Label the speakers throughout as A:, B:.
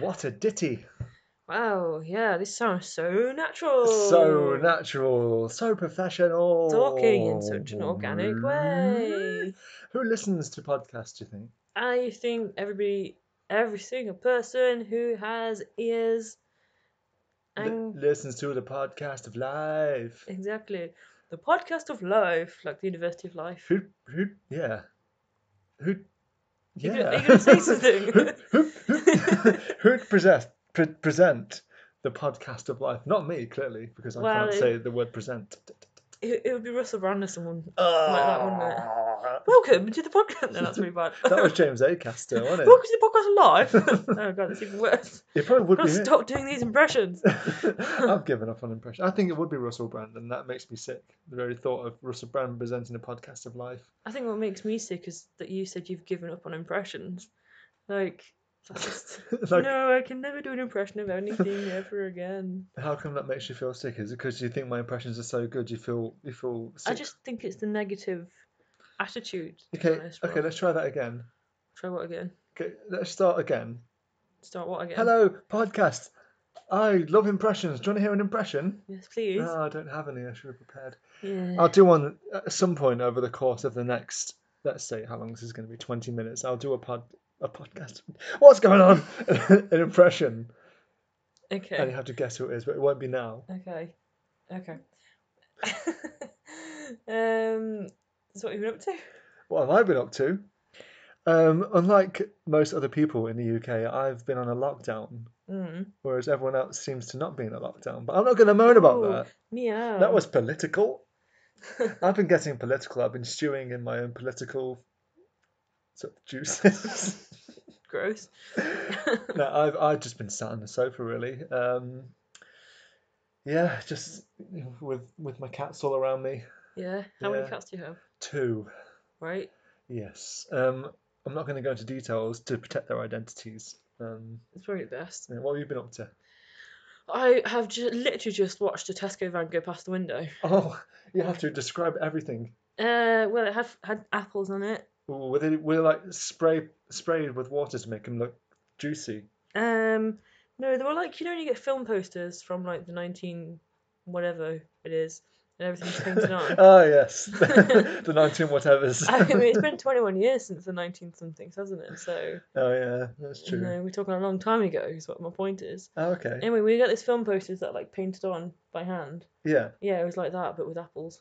A: What a ditty!
B: Wow, yeah, this sounds so natural.
A: So natural, so professional.
B: Oh. Talking in such an organic way.
A: Who listens to podcasts, do you think?
B: I think everybody, every single person who has ears,
A: Li-
B: and
A: listens to the podcast of life.
B: exactly the podcast of life, like the University of Life.
A: Who, who, yeah. Who,
B: You
A: yeah.
B: gonna- you gonna say something?
A: who, who, who, who'd present, pre- present the podcast of life? Not me, clearly, because I
B: Well,
A: can't
B: it-
A: say the word present.
B: It, it would be Russell Brand or someone. that, wouldn't it?
A: Ah.
B: Welcome to the podcast. No, that's really bad.
A: that was James Acaster, wasn't it?
B: Welcome to the podcast of life. oh god, that's even worse.
A: It probably
B: i
A: would be.
B: gotta stop doing these impressions.
A: I've given up on impression. I think it would be Russell Brand, and that makes me sick. The very thought of Russell Brand presenting a podcast of life.
B: I think what makes me sick is that you said you've given up on impressions. Like, that's just-
A: like,
B: no, I can never do an impression of anything ever again.
A: how come that makes you feel sick? Is it because you think my impressions are so good? You feel you feel sick.
B: I just think it's the negative attitude. to be
A: okay.
B: honest,
A: Okay,
B: Rob.
A: let's try that again.
B: Try what again?
A: Okay, let's start again.
B: Start what again?
A: Hello, podcast. I love impressions. Do you want to hear an impression?
B: Yes, please.
A: No, I don't have any. I should have prepared.
B: yeah.
A: Uh, I'll do one at some point over the course of the next. Let's say how long this is going to be. Twenty minutes. I'll do a pod a podcast. What's going on? An impression, and you
B: okay.
A: have to guess who it is, but it won't be now.
B: Okay. Okay. um. So what have you been up to?
A: What have I been up to? Um, unlike most other people in the UK, I've been on a lockdown,
B: Mm.
A: whereas everyone else seems to not be in a lockdown. But I'm not going to moan about
B: Ooh, Oh.
A: that.
B: Meow.
A: That was political. I've been getting political. I've been stewing in my own political sort of juices.
B: gross.
A: no, I've I've just been sat on the sofa really. Um, yeah, just with with my cats all around me.
B: yeah. How many
A: Yeah.
B: cats do you have?
A: Two,
B: Right.
A: yes. Um, I'm not going to go into details to protect their identities. Um,
B: It's probably the best.
A: yeah, what have you been up to?
B: I have ju- literally just watched a Tesco van go past the window.
A: Oh, you have to describe everything.
B: Uh, well, it had had apples on it.
A: Ooh, Were they were they, like spray sprayed with water to make them look juicy?
B: Um, no, they were like you know when you get film posters from like the nineteen whatever it is, and everything's painted on.
A: oh yes, the nineteen whatever's.
B: I mean, it's been twenty one years since the nineteen somethings, hasn't it? So
A: oh yeah, that's
B: you
A: true.
B: know, we're talking a long time ago. Is what my point is.
A: Oh, okay,
B: Anyway, we got these film posters that are, like painted on by hand.
A: yeah.
B: Yeah, it was like that, but with apples.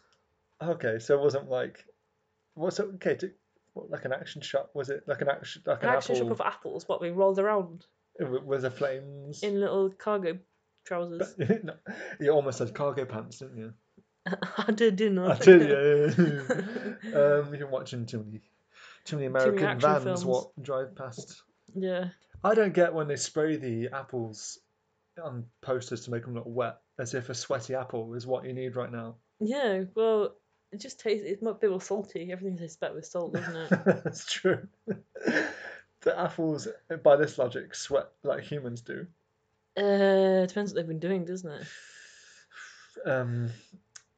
A: Okay, so it wasn't like what's it, okay? To, what, like an action shot? Was it like an action like an,
B: An action shot
A: apple?
B: of apples, what we rolled around
A: it w- was there flames?
B: in little cargo trousers.
A: But- no, you almost had cargo pants, didn't you?
B: I did, didn't I?
A: I did. Yeah. um, you've been watching too many, too many American
B: action
A: vans
B: films.
A: walk drive past.
B: Yeah.
A: I don't get when they spray the apples on posters to make them look wet, as if a sweaty apple is what you need right now.
B: Yeah, well, it just tastes. It's a bit more salty. Everything's they spat with salt, doesn't it?
A: That's true. the apples, by this logic, sweat like humans do.
B: uh, depends what they've been doing, doesn't it?
A: um,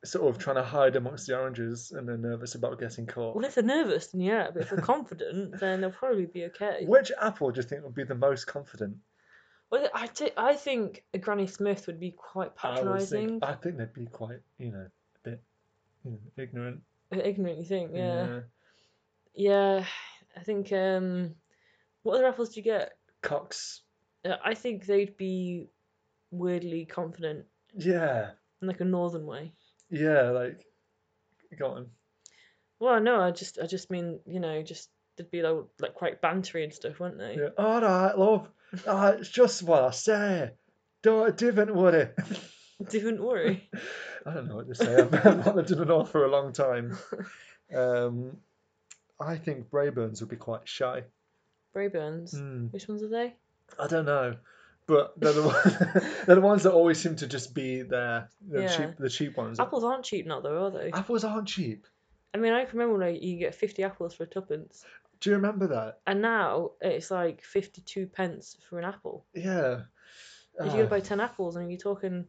A: sort of trying to hide amongst the oranges and they're nervous about getting caught.
B: Well, if they're nervous, then yeah. But if they're confident, then they'll probably be okay.
A: Which apple do you think would be the most confident?
B: Well, I, t- I think a Granny Smith would be quite
A: I always
B: patronising.
A: think, I think they'd be quite, you know, a bit you know, ignorant.
B: Ignorant, you think? Yeah. yeah. I think. um What other apples do you get?
A: Cox.
B: Uh, I think they'd be weirdly confident
A: Yeah.
B: in like a northern way.
A: Yeah, like, go on.
B: Well, no, I just I just mean you know just they'd be like like quite bantery and stuff, wouldn't they?
A: Yeah. All right, love. Ah, it's just what I say. Don't, different, would it?
B: Don't worry.
A: I don't know what to say. I've, I've not lived in the north for a long time. Um, I think Brayburns would be quite shy.
B: Brayburns.
A: Mm.
B: Which ones are they?
A: I don't know, but they're the, one, they're the ones that always seem to just be there. The,
B: Yeah.
A: cheap, the cheap ones.
B: Apples aren't cheap now, though, are they?
A: Apples aren't cheap.
B: I mean, I can remember when I, you get 50 apples for a tuppence,
A: Do you remember that?
B: and now it's like 52 pence for an apple.
A: Yeah.
B: If
A: Ah,
B: you go to buy 10 apples, I mean, you're talking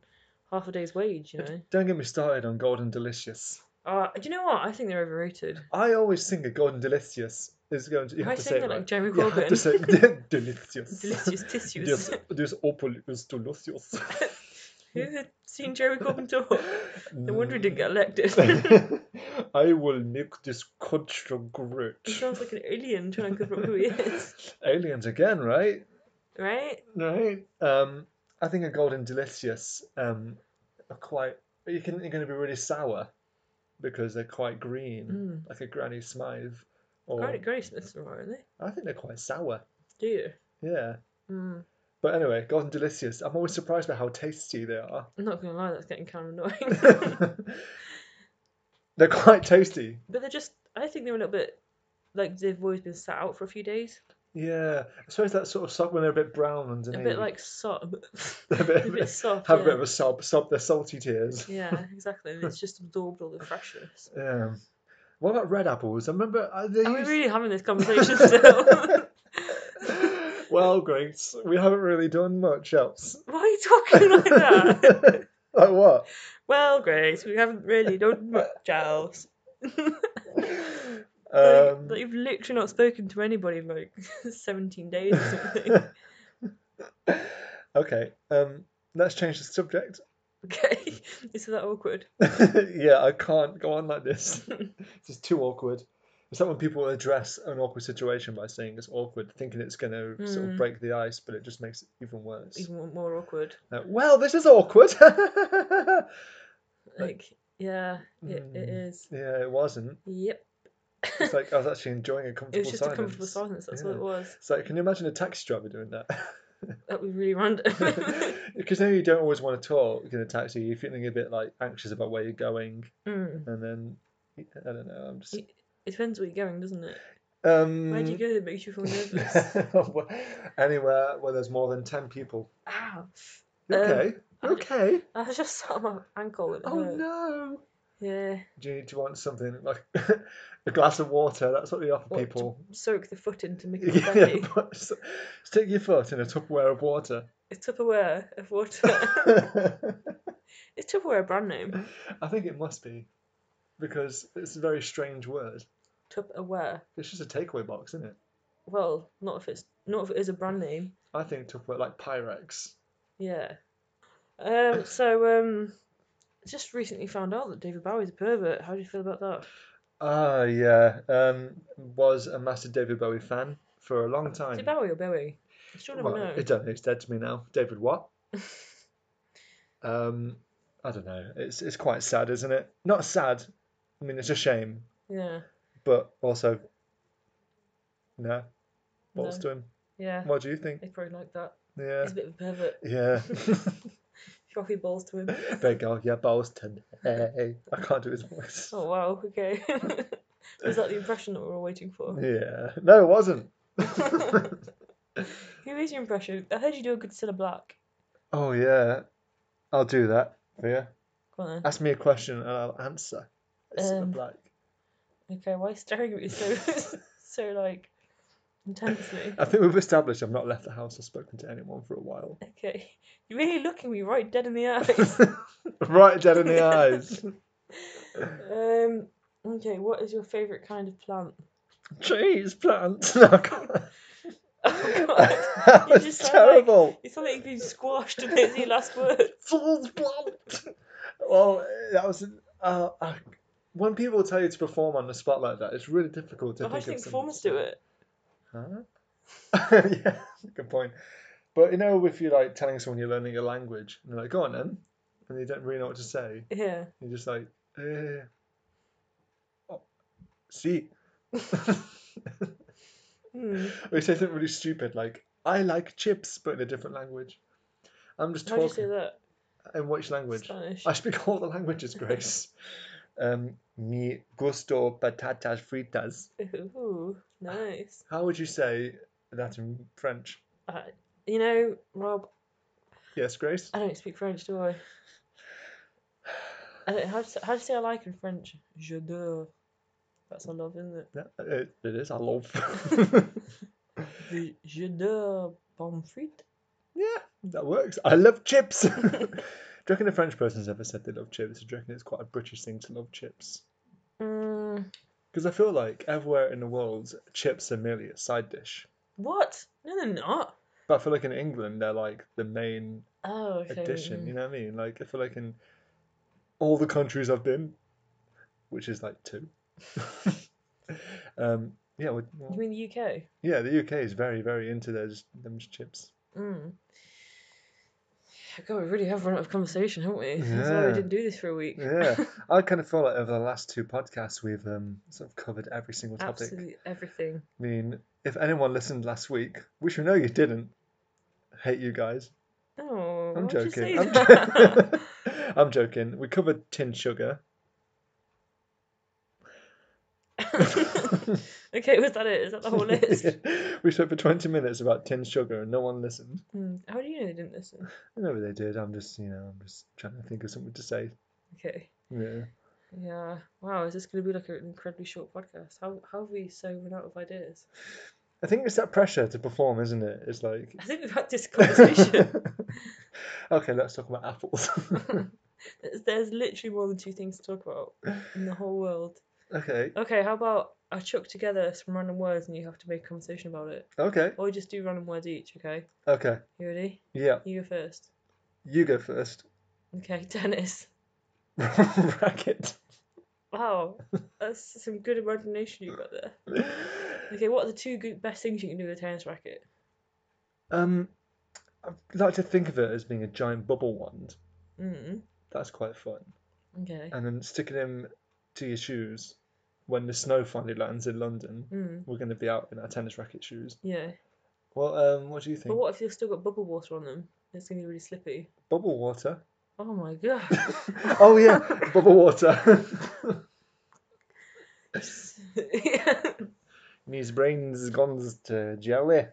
B: half a day's wage, you know?
A: don't get me started on Golden Delicious.
B: Uh, do you know what? I think they're overrated.
A: I always think of Gordon Delicious is going to. You
B: Am
A: have
B: I
A: to say
B: saying
A: it
B: that
A: right.
B: like Jeremy
A: You have
B: Corbyn?
A: to say Delicious.
B: Delicious tissues.
A: This this opal is delicious.
B: Who had seen Jeremy Corbyn talk? No wonder he didn't get elected.
A: I will make this culture great.
B: he sounds like an alien trying to cover up who he is,
A: Aliens again, right?
B: right?
A: Right. Um, I think a golden delicious um, are quite. You can you're going to be really sour because they're quite green,
B: Mm.
A: like a Granny Smythe. Or
B: Granny, Granny Smith's all right, aren't they?
A: I think they're quite sour.
B: Do you?
A: Yeah.
B: Mm.
A: But anyway, golden delicious. I'm always surprised by how tasty they are.
B: I'm not gonna lie, that's getting kind of annoying.
A: they're quite tasty.
B: but they're just, I think they're a little bit like they've always been sat out for a few days,
A: Yeah, I suppose that sort of sub when they're a bit brown
B: a
A: underneath.
B: bit like sob,
A: They're a bit-
B: a bit soft.
A: have
B: yeah.
A: a bit of a sob, sob their salty tears.
B: yeah, exactly. And it's just absorbed all the freshness.
A: Yeah. Um, What about red apples? I remember uh, they
B: Are we
A: used-
B: really having this conversation still?
A: well, Grace, we haven't really done much else.
B: Why are you talking like that?
A: Like what?
B: Well, Grace, we haven't really done much else. Like-
A: Um,
B: like you've literally not spoken to anybody in like 17 days or something.
A: okay, um, let's change the subject.
B: okay, is that awkward?
A: yeah, I can't go on like this. it's just too awkward. It's like when people address an awkward situation by saying it's awkward, thinking it's going to sort of
B: Mm.
A: break the ice, but it just makes it even worse.
B: Even more- more awkward.
A: Like, well, this is awkward. yeah,
B: Like, yeah, it, it
A: Mm.
B: is.
A: it wasn't.
B: Yep.
A: It's like I was actually enjoying a comfortable
B: It was just
A: silence.
B: a comfortable silence, that's all
A: Yeah.
B: it was.
A: It's like, can you imagine a taxi driver doing that?
B: That was really random.
A: Because now you don't always want to talk in a taxi. You're feeling a bit like anxious about where you're going,
B: mm.
A: and then I don't know. I'm just.
B: Y- It depends where you're going, doesn't it?
A: Um,
B: Where do you go that makes you feel nervous?
A: Anywhere where there's more than 10 people.
B: Ow.
A: You
B: Um,
A: okay? You
B: I-
A: okay?
B: I was just on my ankle. and it
A: Oh
B: hurt.
A: no!
B: Yeah.
A: Do you, do you want something like a glass of water? That's what they offer
B: Or to
A: people.
B: Soak the foot into Mickey's
A: yeah,
B: belly.
A: but s- stick your foot in a Tupperware of water.
B: It's Tupperware of water.
A: I
B: it's Tupperware brand name.
A: think it must be because it's a very strange word.
B: Tupperware.
A: It's just a takeaway box, isn't it?
B: Well, not if it's not if it is a brand name.
A: I think Tupperware like Pyrex.
B: Yeah. Um. So um, just recently found out that David Bowie's a pervert. How do you feel about that?
A: Ah, yeah. Um, was a massive David Bowie fan for a long time.
B: Is it Bowie or Bowie? I still don't
A: Well,
B: know.
A: I don't know. It's dead to me now. David what? um, I don't know. It's it's quite sad, isn't it? Not sad. I mean, it's a shame,
B: Yeah.
A: but also, no. What's
B: No.
A: to him?
B: Yeah.
A: What do you think?
B: They probably like that.
A: Yeah,
B: He's a bit of a pervert.
A: yeah.
B: Coffee balls to him.
A: Big girl, yeah, Boston. Hey, I can't do his voice.
B: Oh wow. Okay. Was that the impression that we were waiting for?
A: Yeah, no, it wasn't.
B: Who is your impression? I heard you do a good Cilla Black.
A: oh yeah, I'll do that. Yeah,
B: Go on
A: ask me a question and I'll answer. It's
B: Um,
A: black.
B: then. Okay, why are you staring at me so so like intensely?
A: I think we've established I've not left the house or spoken to anyone for a while.
B: Okay. You're really looking me right dead in the eyes.
A: right dead in the eyes.
B: um okay, what is your favourite kind of plant?
A: Trees, plants. No, I can't.
B: Oh god.
A: that
B: You
A: was
B: just sound like-
A: terrible.
B: You sound like you've been squashed and those are your last words.
A: Fool's plant. Well, that was. Uh, uh, when people tell you to perform on the spot like that, it's really difficult to
B: But how
A: think
B: do you
A: of
B: think
A: something.
B: performers do it?
A: Huh? yeah, good point. But you know, if you're like telling someone you're learning a language, and they're like, "Go on then," and they don't really know what to say,
B: Yeah.
A: You're just like, eh. Oh, see.
B: Hmm.
A: we say something really stupid like, I like chips, but in a different language. I'm just
B: How do you say
A: talking.
B: that?
A: In which language?
B: Spanish.
A: I speak all the languages, Grace. um, mi gusto patatas fritas.
B: Ooh, nice.
A: How would you say that in French?
B: Uh, you know, Rob,
A: Yes, Grace?
B: I don't speak French, do I? I don't, how, to, how to say I like in French? J'adore. That's a love, isn't it?
A: Yeah, it, it is, I love.
B: Je- J'adore pommes frites.
A: Yeah, that works. I love chips. do you reckon a French person's ever said they love chips? Do you reckon it's quite a British thing to love chips?
B: Mm,
A: Because I feel like everywhere in the world, chips are merely a side dish.
B: what? No, they're not.
A: But I feel like in England, they're like the main
B: Oh, okay.
A: addition.
B: mm.
A: You know what I mean? Like I feel like in all the countries I've been, which is like two. um, yeah, well,
B: You mean the UK?
A: yeah. The UK is very, very into those them chips.
B: Mm. God, we really have run out of conversation, haven't we? That's why
A: Yeah.
B: we didn't do this for a week.
A: Yeah, I kind of feel like over the last two podcasts, we've um, sort of covered every single topic.
B: Absolutely everything.
A: I mean, if anyone listened last week, which we know you didn't, hate you guys.
B: Oh,
A: I'm
B: why would you say
A: joking. I'm,
B: that?
A: I'm joking. We covered tin sugar.
B: okay, was that it? Is that the whole list?
A: we spoke for 20 minutes about tin sugar and no one listened.
B: Mm, How do you know they didn't listen?
A: Maybe they did. I'm just, you know, I'm just trying to think of something to say.
B: Okay.
A: Yeah.
B: Yeah. Wow, is this going to be like an incredibly short podcast? How, how have we so run out of ideas?
A: I think it's that pressure to perform, isn't it? It's like.
B: I think we've had this conversation.
A: okay, let's talk about apples.
B: There's- There's literally more than two things to talk about in the whole world.
A: okay,
B: Okay, how about I chuck together some random words and you have to make a conversation about it?
A: okay,
B: Or we just do random words each, okay?
A: okay.
B: You ready?
A: Yeah,
B: You go first.
A: you go first.
B: Okay, tennis.
A: Racket.
B: Wow, that's some good imagination you've got there. Okay, what are the two good, best things you can do with a tennis racket?
A: Um, I like to think of it as being a giant bubble wand.
B: Mm,
A: That's quite fun.
B: okay.
A: And then sticking him to your shoes when the snow finally lands in London.
B: Mm,
A: We're going to be out in our tennis racket shoes.
B: yeah.
A: Well, um, what do you think?
B: But what if you've still got bubble water on them? It's going to be really slippy.
A: Bubble water.
B: Oh my god.
A: oh yeah, bubble water. His brains gone to jelly.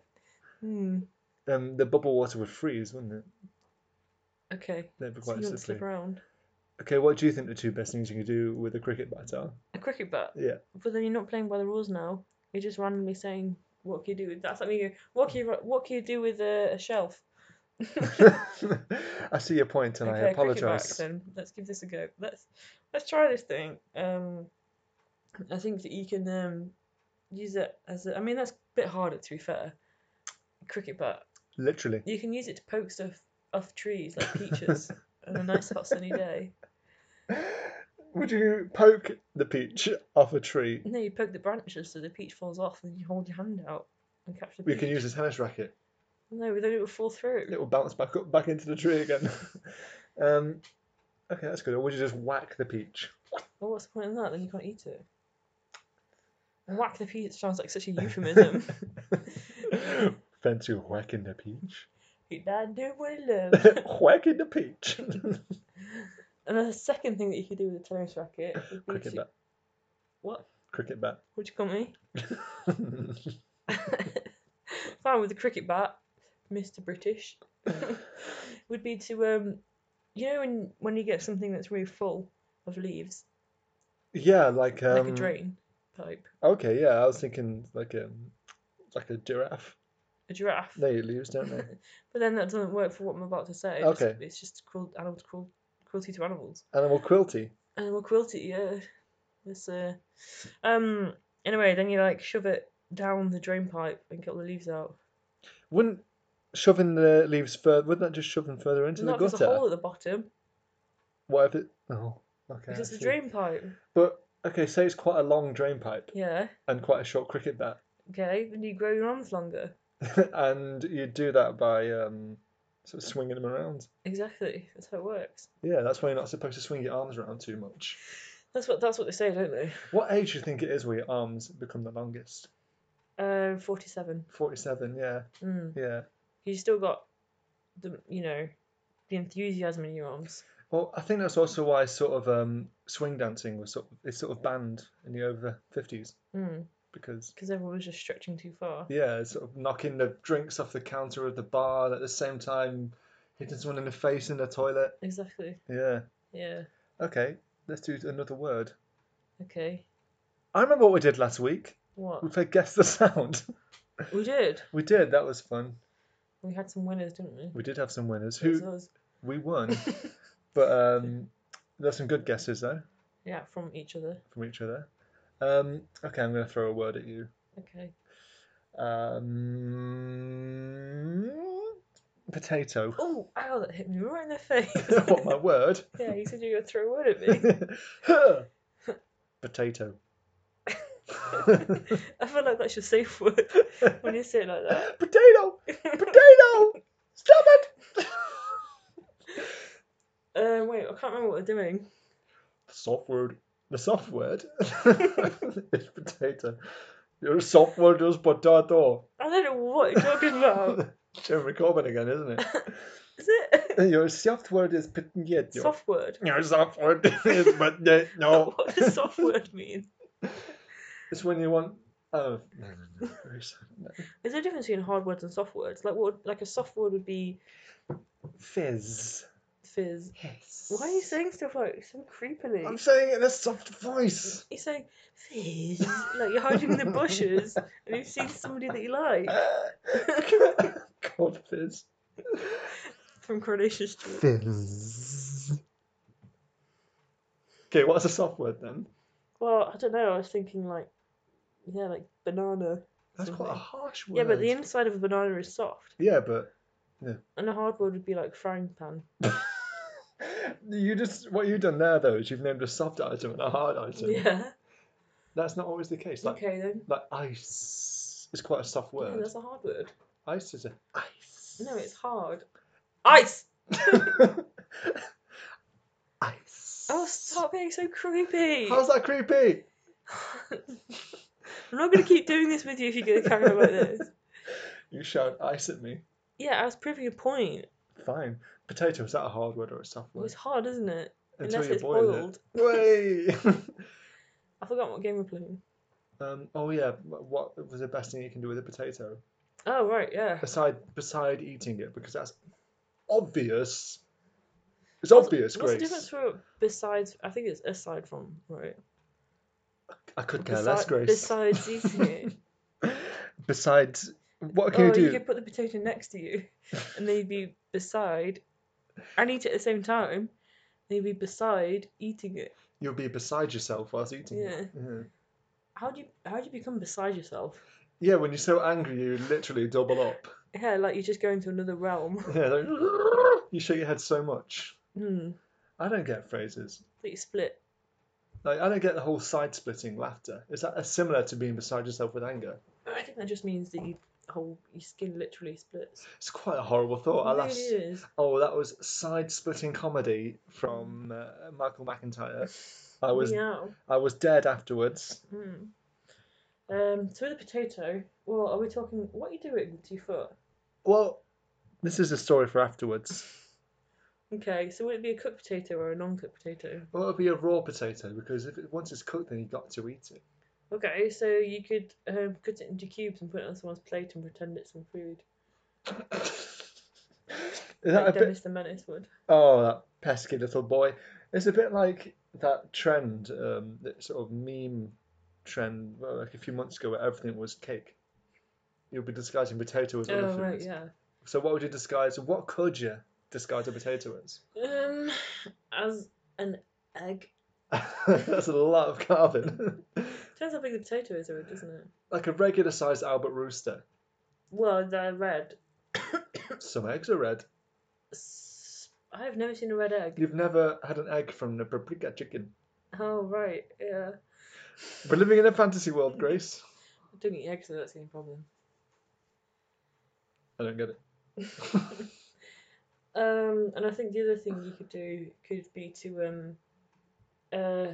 B: Hmm.
A: Um, the bubble water would freeze, wouldn't it?
B: Okay.
A: That'd be
B: So you
A: quite
B: want to slip
A: slippery.
B: around.
A: Okay, what do you think the two best things you can do with a cricket bat are?
B: A cricket bat.
A: Yeah.
B: But then you're not playing by the rules now. You're just randomly saying, what can you do with That's like me going, what can you, what can you do with a, a shelf?
A: I see your point, and I
B: a cricket bat
A: apologise.
B: then. Let's give this a go. Let's let's try this thing. Um, I think that you can um, use it as a, I mean, that's a bit harder to be fair. Cricket bat.
A: Literally.
B: You can use it to poke stuff off trees like peaches on a nice hot sunny day.
A: Would you poke the peach off a tree?
B: No, you poke the branches so the peach falls off, and you hold your hand out and catch the
A: We
B: peach.
A: can use a tennis racket.
B: No, but then it will fall through.
A: It will bounce back up, back into the tree again. um, okay, that's good. Or would you just whack the peach?
B: Well, what's the point in that? Then you can't eat it. Whack the peach sounds like such a euphemism.
A: Fancy whacking the peach?
B: Your dad do what he loves.
A: whacking the peach.
B: And then the second thing that you could do with a tennis racket would be
A: cricket
B: to...
A: bat.
B: What?
A: Cricket bat.
B: What'd you call me? Fine with the cricket bat, Mr. British. would be to um you know when when you get something that's really full of leaves,
A: yeah, like um.
B: like a drain pipe.
A: Okay, yeah, I was thinking like a like a giraffe.
B: A giraffe.
A: They eat leaves, don't they?
B: But then that doesn't work for what I'm about to say. It's
A: Okay.
B: Just, it's just cruel animal cruel, cruelty to animals.
A: Animal cruelty.
B: Animal cruelty, yeah. It's uh um anyway, then you like shove it down the drain pipe and get all the leaves out.
A: Wouldn't shoving the leaves further? Wouldn't that just shove them further into
B: Not
A: the
B: if there's a
A: gutter?
B: hole at the bottom.
A: What if it? Oh, okay.
B: Because
A: I
B: it's a
A: see.
B: drain pipe.
A: But okay, say it's quite a long drain pipe
B: Yeah.
A: and quite a short cricket bat,
B: Okay. Then you grow your arms longer.
A: and you do that by um, sort of swinging them around.
B: Exactly. That's how it works.
A: Yeah, that's why you're not supposed to swing your arms around too much.
B: That's what that's what they say, don't they?
A: What age do you think it is where your arms become the longest?
B: Uh, forty-seven.
A: Forty-seven. Yeah,
B: Mm.
A: yeah.
B: You still got the you know the enthusiasm in your arms.
A: Well, I think that's also why sort of um, swing dancing was sort of, is sort of banned in the over fifties
B: Mm.
A: because
B: Because everyone was just stretching too far.
A: yeah, it's sort of knocking the drinks off the counter of the bar and at the same time hitting someone in the face in the toilet.
B: Exactly.
A: Yeah.
B: Yeah.
A: Okay, let's do another word.
B: Okay.
A: I remember what we did last week.
B: What
A: We played guess the sound.
B: we did.
A: We did. That was fun.
B: We had some winners, didn't we?
A: We did have some winners.
B: It was
A: Who
B: us.
A: we won, but um, there's some good guesses though.
B: Yeah, from each other.
A: from each other. Um, okay, I'm going to throw a word at you.
B: Okay.
A: Um, potato.
B: Oh, ow, that hit me right in the face.
A: what my word?
B: yeah, you said you were going to throw a word at me.
A: potato.
B: I feel like that's your safe word when you say it like that.
A: potato. Potato. Stop it.
B: um, wait, I can't remember what we're doing.
A: Soft word. The soft word is potato. Your soft word is potato.
B: I don't know what you're talking about.
A: Jeremy Corbyn again, isn't
B: Is it
A: it? Your soft word is potato.
B: soft word?
A: Your soft word is potato.
B: What does soft word mean?
A: It's when you want. Oh, no, no, no. very soft, no.
B: Is there a difference between hard words and soft words? Like what? Like a soft word would be
A: Fizz.
B: fizz.
A: Yes.
B: Why are you saying stuff like so creepily?
A: I'm saying it in a soft voice.
B: You're saying fizz. like you're hiding in the bushes and you've seen somebody that you like
A: God, fizz.
B: from Coronation Street.
A: Fizz. Okay, what's a soft word then?
B: Well, I don't know. I was thinking like, yeah, like banana.
A: That's quite a
B: Something.
A: harsh word.
B: Yeah, but the inside of a banana is soft,
A: Yeah, but
B: and a hard word would be like frying pan.
A: you just what you've done there though is you've named a soft item and a hard item.
B: Yeah.
A: That's not always the case. Like
B: Okay then.
A: like ice is quite a soft
B: Yeah,
A: word.
B: that's a hard word.
A: ice is a ice.
B: No, it's hard. Ice.
A: ice.
B: Oh, stop being so creepy.
A: How's that creepy?
B: I'm not going to keep doing this with you if you're going to carry on like this.
A: You shout ice at me.
B: Yeah, I was proving a point.
A: Fine. Potato, is that a hard word or a soft
B: It's
A: word?
B: hard, isn't it? Unless
A: you
B: it's
A: boil
B: boiled.
A: it. Way!
B: I forgot what game we're playing.
A: um, oh yeah, what was the best thing you can do with a potato?
B: Oh, right, yeah.
A: Beside beside eating it, because that's obvious. It's obvious,
B: What's the
A: Grace.
B: difference for besides? I think it's aside from, right?
A: I could care less,
B: Besi-
A: Grace.
B: Besides eating it.
A: Besides, what can
B: oh,
A: you do?
B: could put the potato next to you, and they'd be beside, and eat it at the same time. They'd be beside eating it.
A: You'll be beside yourself whilst eating it. Yeah.
B: How do you how do you become beside yourself?
A: Yeah, when you're so angry, you literally double up.
B: Yeah, like you just go into another realm.
A: Yeah, like, you shake your head so much.
B: Hmm.
A: I don't get phrases.
B: That you split.
A: Like I don't get the whole side splitting laughter. Is that uh, similar to being beside yourself with anger?
B: I think that just means that you whole your skin literally splits.
A: It's quite a horrible thought. I
B: It
A: laughed.
B: really is.
A: Oh, that was side splitting comedy from uh, Michael McIntyre. I was
B: Meow.
A: I was dead afterwards.
B: Mm. Um, so with the potato, well, are we talking? What are you doing to your foot?
A: Well, this is a story for afterwards.
B: Okay, so would it be a cooked potato or a non-cooked potato?
A: Well, it'll be a raw potato because if it, once it's cooked, then you got to eat it.
B: Okay, so you could um, cut it into cubes and put it on someone's plate and pretend it's some food.
A: Is that a
B: Like
A: bit?
B: Dennis the Menace would.
A: Oh, that pesky little boy. It's a bit like that trend, um, that sort of meme trend, well, like a few months ago where everything was cake. You'll be disguising potato as other
B: Oh
A: foods.
B: right, yeah.
A: So what would you disguise? What could you disguise a potato as?
B: Um, as an egg.
A: That's a lot of carbon.
B: Depends how big the potato is, though, doesn't it?
A: like a regular sized Albert rooster.
B: Well, they're red.
A: Some eggs are red.
B: S- I have never seen a red egg.
A: You've never had an egg from a paprika chicken.
B: Oh right, yeah.
A: We're living in a fantasy world, Grace.
B: I don't eat eggs, so that's the only problem.
A: I don't get it.
B: Um, and I think the other thing you could do could be to um, uh,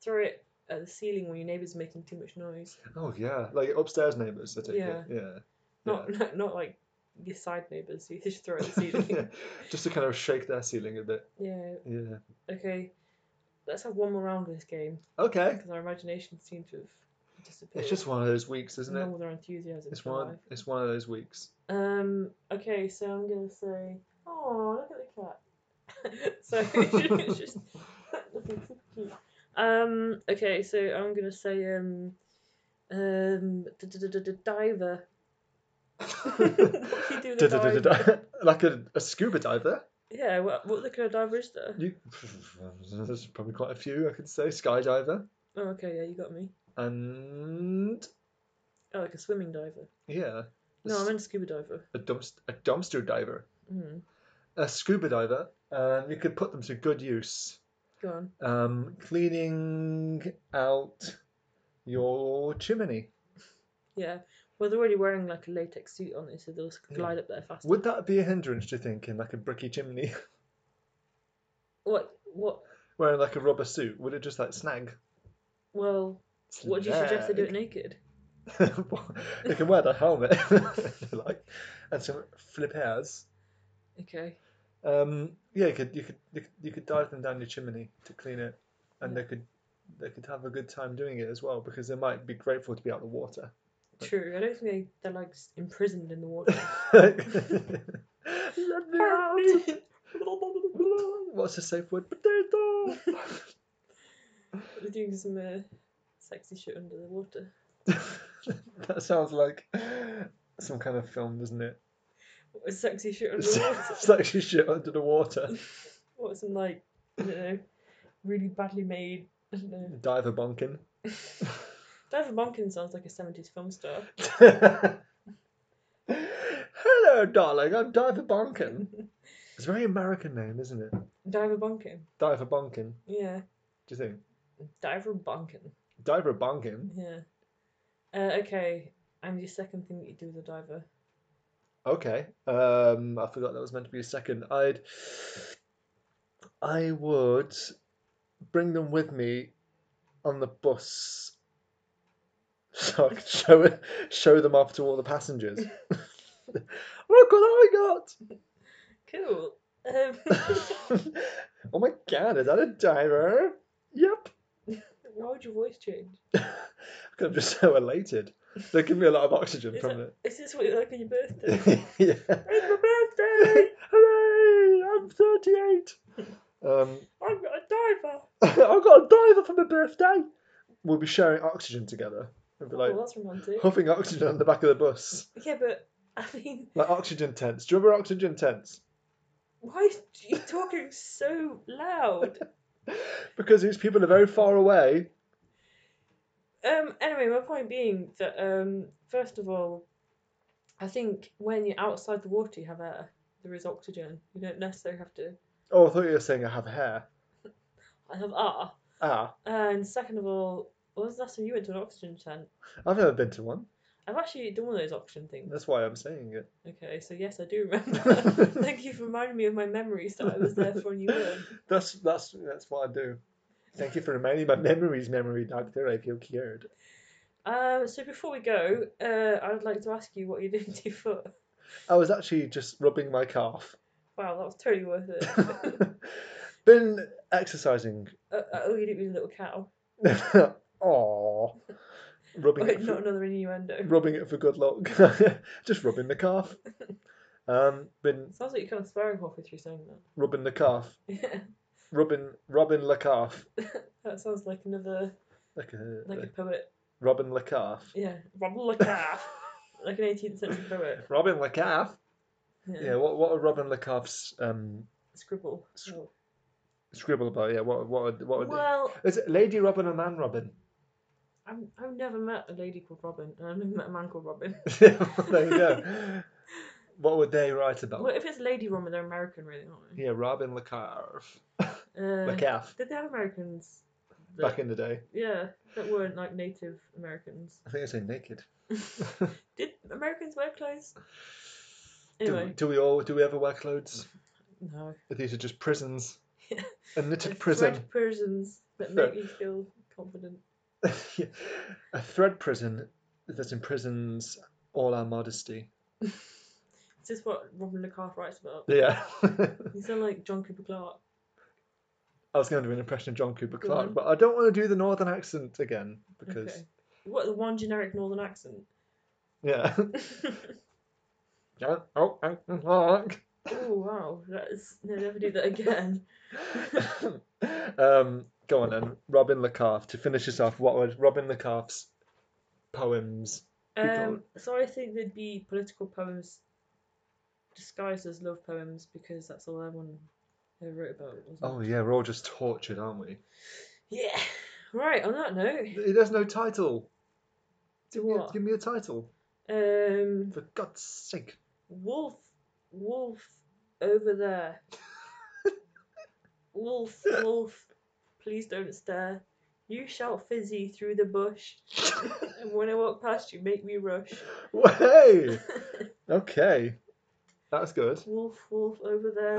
B: throw it at the ceiling when your neighbour's making too much noise.
A: Oh yeah, like upstairs neighbours. I take
B: Yeah.
A: it. Yeah.
B: Not not, not like your side neighbours. You just throw it at the ceiling.
A: Just to kind of shake their ceiling a bit.
B: yeah.
A: Yeah.
B: Okay. Let's have one more round of this game
A: Okay.
B: because our imagination seemed to have disappeared.
A: It's just one of those weeks, isn't
B: along
A: it?
B: with our enthusiasm.
A: It's
B: for
A: one.
B: life.
A: It's one of those weeks.
B: Um. Okay. So I'm gonna say. Oh, look at the cat. so it's just looking super cute. Um. Okay. So I'm gonna say um. Um, d- d- d- d- d- diver. do the
A: Da-da-da-da-da. Like a, a scuba diver.
B: Yeah, what, what liquor diver is there?
A: You, there's probably quite a few I could say. Skydiver
B: Oh, okay, yeah, you got me.
A: and
B: Oh, like a swimming diver.
A: yeah,
B: No, I
A: s-
B: meant scuba diver.
A: a dumpster a dumpster diver,
B: Mm.
A: a scuba diver, and you could put them to good use.
B: Go on.
A: Um, cleaning out your chimney.
B: Yeah. Well, they're already wearing like a latex suit on it, so they'll just
A: Yeah.
B: glide up there faster.
A: Would that be a hindrance? Do you think in like a bricky chimney,
B: What? What?
A: wearing like a rubber suit? Would it just like snag?
B: Well, what do you suggest they do it naked?
A: they can wear the helmet, if you like, and some flippers.
B: Okay.
A: Um, yeah, you could you could you could, you could dive them down your chimney to clean it, and
B: Yeah.
A: they could they could have a good time doing it as well because they might be grateful to be out of the water.
B: True. I don't think they, they're like s- imprisoned in the water.
A: Let me out. What's a safe word? Potato.
B: they're doing some uh, sexy shit under the water.
A: that sounds like some kind of film, doesn't it?
B: What is sexy shit under the water?
A: it's actually shit under the water.
B: What some like I don't know, really badly made. I don't know.
A: Diver bonking.
B: Diver Monkin sounds like a seventies film star.
A: Hello, darling. I'm Diver Bonkin. It's a very American name, isn't it?
B: Diver Bonkin.
A: Diver Bonkin.
B: Yeah.
A: Do you think?
B: Diver Bonkin.
A: Diver Bonkin.
B: Yeah. Uh, okay. And your second thing that you do with a diver.
A: Okay. Um, I forgot that was meant to be a second. I'd, I would, bring them with me, on the bus. So I could show it, show them off to all the passengers. Look what I
B: Cool. Um,
A: got! oh my god, is that a diver? Yep.
B: why would your voice change?
A: Because I'm just so elated. They give me a lot of oxygen
B: Is
A: from it.
B: Is this what you're like on your birthday?
A: yeah.
B: it's my birthday!
A: Hooray! I'm 38. Um,
B: I'm a diver!
A: I've got a diver for my birthday. We'll be sharing oxygen together. We'll be like
B: oh, that's romantic.
A: huffing oxygen on the back of the bus,
B: Yeah, but I mean,
A: like oxygen tents. Do you remember oxygen tents?
B: why are you talking so loud?
A: Because these people are very far away.
B: Um. Anyway, my point being that um, first of all, I think when you're outside the water, you have air. There is oxygen. You don't necessarily have to.
A: Oh, I thought you were saying I have hair.
B: I have R.
A: Ah,
B: And second of all, when was the last time you went to an oxygen tent?
A: I've never been to one.
B: I've actually done one of those oxygen things.
A: That's why I'm saying it.
B: Okay, so yes, I do remember. Thank you for reminding me of my memories that I was there for and you weren't.
A: That's that's that's what I do. Thank you for reminding my memories, memory doctor. I feel cured.
B: Um, so before we go, uh, I would like to ask you what you did to your foot.
A: I was actually just rubbing my calf.
B: Wow, that was totally worth it.
A: been exercising.
B: uh, uh, oh, you didn't mean a little cow.
A: Aww. Rubbing
B: Wait,
A: it for,
B: not another innuendo.
A: rubbing it for good luck. Just rubbing the calf. Um, been
B: Sounds like you're kind of swearing halfway through saying that.
A: rubbing the calf.
B: Yeah,
A: Rubbing rubbing the calf.
B: that sounds like another,
A: Like a
B: like a poet.
A: rubbing the calf.
B: Yeah, Robin Le Calf. like an 18th century poet.
A: Robin the calf.
B: Yeah.
A: Yeah. What what are Robin the calf's um
B: Scribble.
A: Sc-
B: Oh.
A: scribble about? Yeah. What what would- what would
B: Well,
A: is it? Lady Robin or Man Robin?
B: I'm, I've never met a lady called Robin, and I've never met a man called Robin.
A: there you go. What would they write about?
B: Well, if it's Lady Robin, they're American, really, aren't they?
A: Yeah, Robin the calf.
B: Uh,
A: The calf.
B: Did they have Americans? that-
A: Back in the day,
B: Yeah, that weren't like Native Americans.
A: I think I say naked.
B: Did Americans wear clothes?
A: Do,
B: Anyway,
A: do we all do we ever wear clothes?
B: no.
A: These are just prisons. A knitted
B: Thread
A: prison.
B: prisons that
A: No.
B: make you feel confident.
A: Yeah. A thread prison that imprisons all our modesty.
B: Is this what Robin Le Calf writes about?
A: Yeah.
B: You sound like John Cooper Clarke.
A: I was going to do an impression of John Cooper
B: Go
A: Clarke,
B: on.
A: but I don't want to do the northern accent again
B: Mm-hmm.
A: because
B: Okay. What, the one generic northern accent?
A: yeah. John- oh, oh, oh, Clarke.
B: oh, wow. That's, no, never do that again.
A: um, go on then, Robin Le Calf. To finish this off, what would Robin Le Calf's poems? Good
B: Um, so I think there'd be political poems disguised as love poems because that's all everyone ever wrote about. Wasn't
A: Oh
B: it?
A: yeah, we're all just tortured, aren't we?
B: yeah. Right. On that note,
A: There's no title. Give me, a,
B: What?
A: give me a title,
B: um,
A: for God's sake.
B: wolf, wolf over there. wolf, wolf, please don't stare. You shout fizzy through the bush, and when I walk past you, make me rush.
A: hey, okay, that's good.
B: wolf, wolf over there.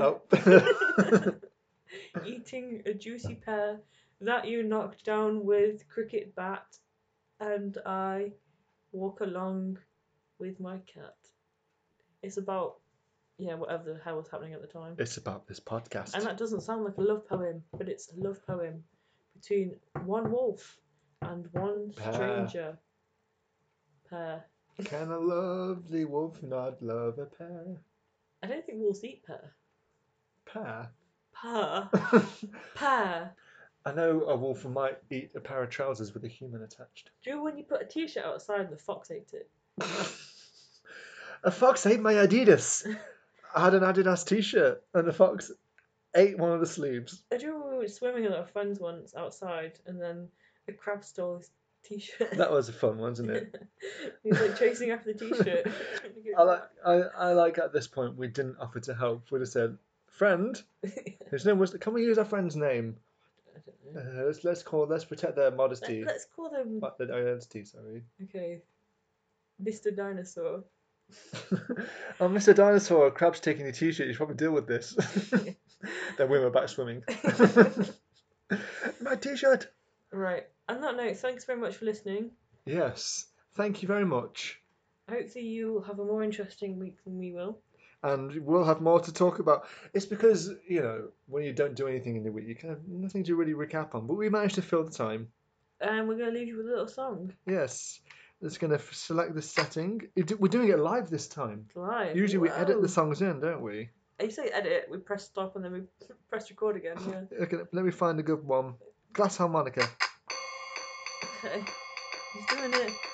A: Oh,
B: eating a juicy pear that you knocked down with cricket bat, and I walk along with my cat. It's about yeah, whatever the hell was happening at the time.
A: it's about this podcast.
B: And that doesn't sound like a love poem, but it's a love poem between one wolf and one
A: Pear.
B: stranger. Pear.
A: Can a lovely wolf not love a pear?
B: I don't think wolves eat pear.
A: Pear.
B: Pear.
A: I
B: Pear.
A: know a wolf might eat a pair of trousers with a human attached.
B: Do you know when you put a t-shirt outside and the fox ate it?
A: a fox ate my Adidas. I had an Adidas T-shirt, and the fox ate one of the sleeves.
B: I do remember we were swimming with our friends once outside, and then a crab stole his t-shirt.
A: That was a fun one, wasn't it?
B: he was like chasing after the t-shirt. trying to get
A: I
B: it
A: like,
B: back.
A: I, I like at this point we didn't offer to help. We just said, "Friend, his name was. Can we use our friend's name?
B: I don't
A: Uh,
B: know.
A: let's let's call. Let's protect their modesty,
B: Let, us call them
A: but their identity. Sorry.
B: okay, Mr. Dinosaur.
A: oh, Mr. Dinosaur, a crab's taking your T-shirt. You should probably deal with this. then we were back swimming. My T-shirt.
B: Right. On that note, thanks very much for listening.
A: Yes. Thank you very much.
B: Hopefully, you'll have a more interesting week than we will.
A: and we'll have more to talk about. It's because you know when you don't do anything in the week, you kind of have nothing to really recap on. But we managed to fill the time.
B: And we're gonna leave you with a little song.
A: Yes, it's going to f- select the setting. It d- We're doing it live this time.
B: It's live.
A: Usually we edit
B: Whoa.
A: the songs in, don't we?
B: You say edit, we press stop and then we press record again. Yeah.
A: Okay, let me find a good one. Glass harmonica.
B: Okay. He's doing it.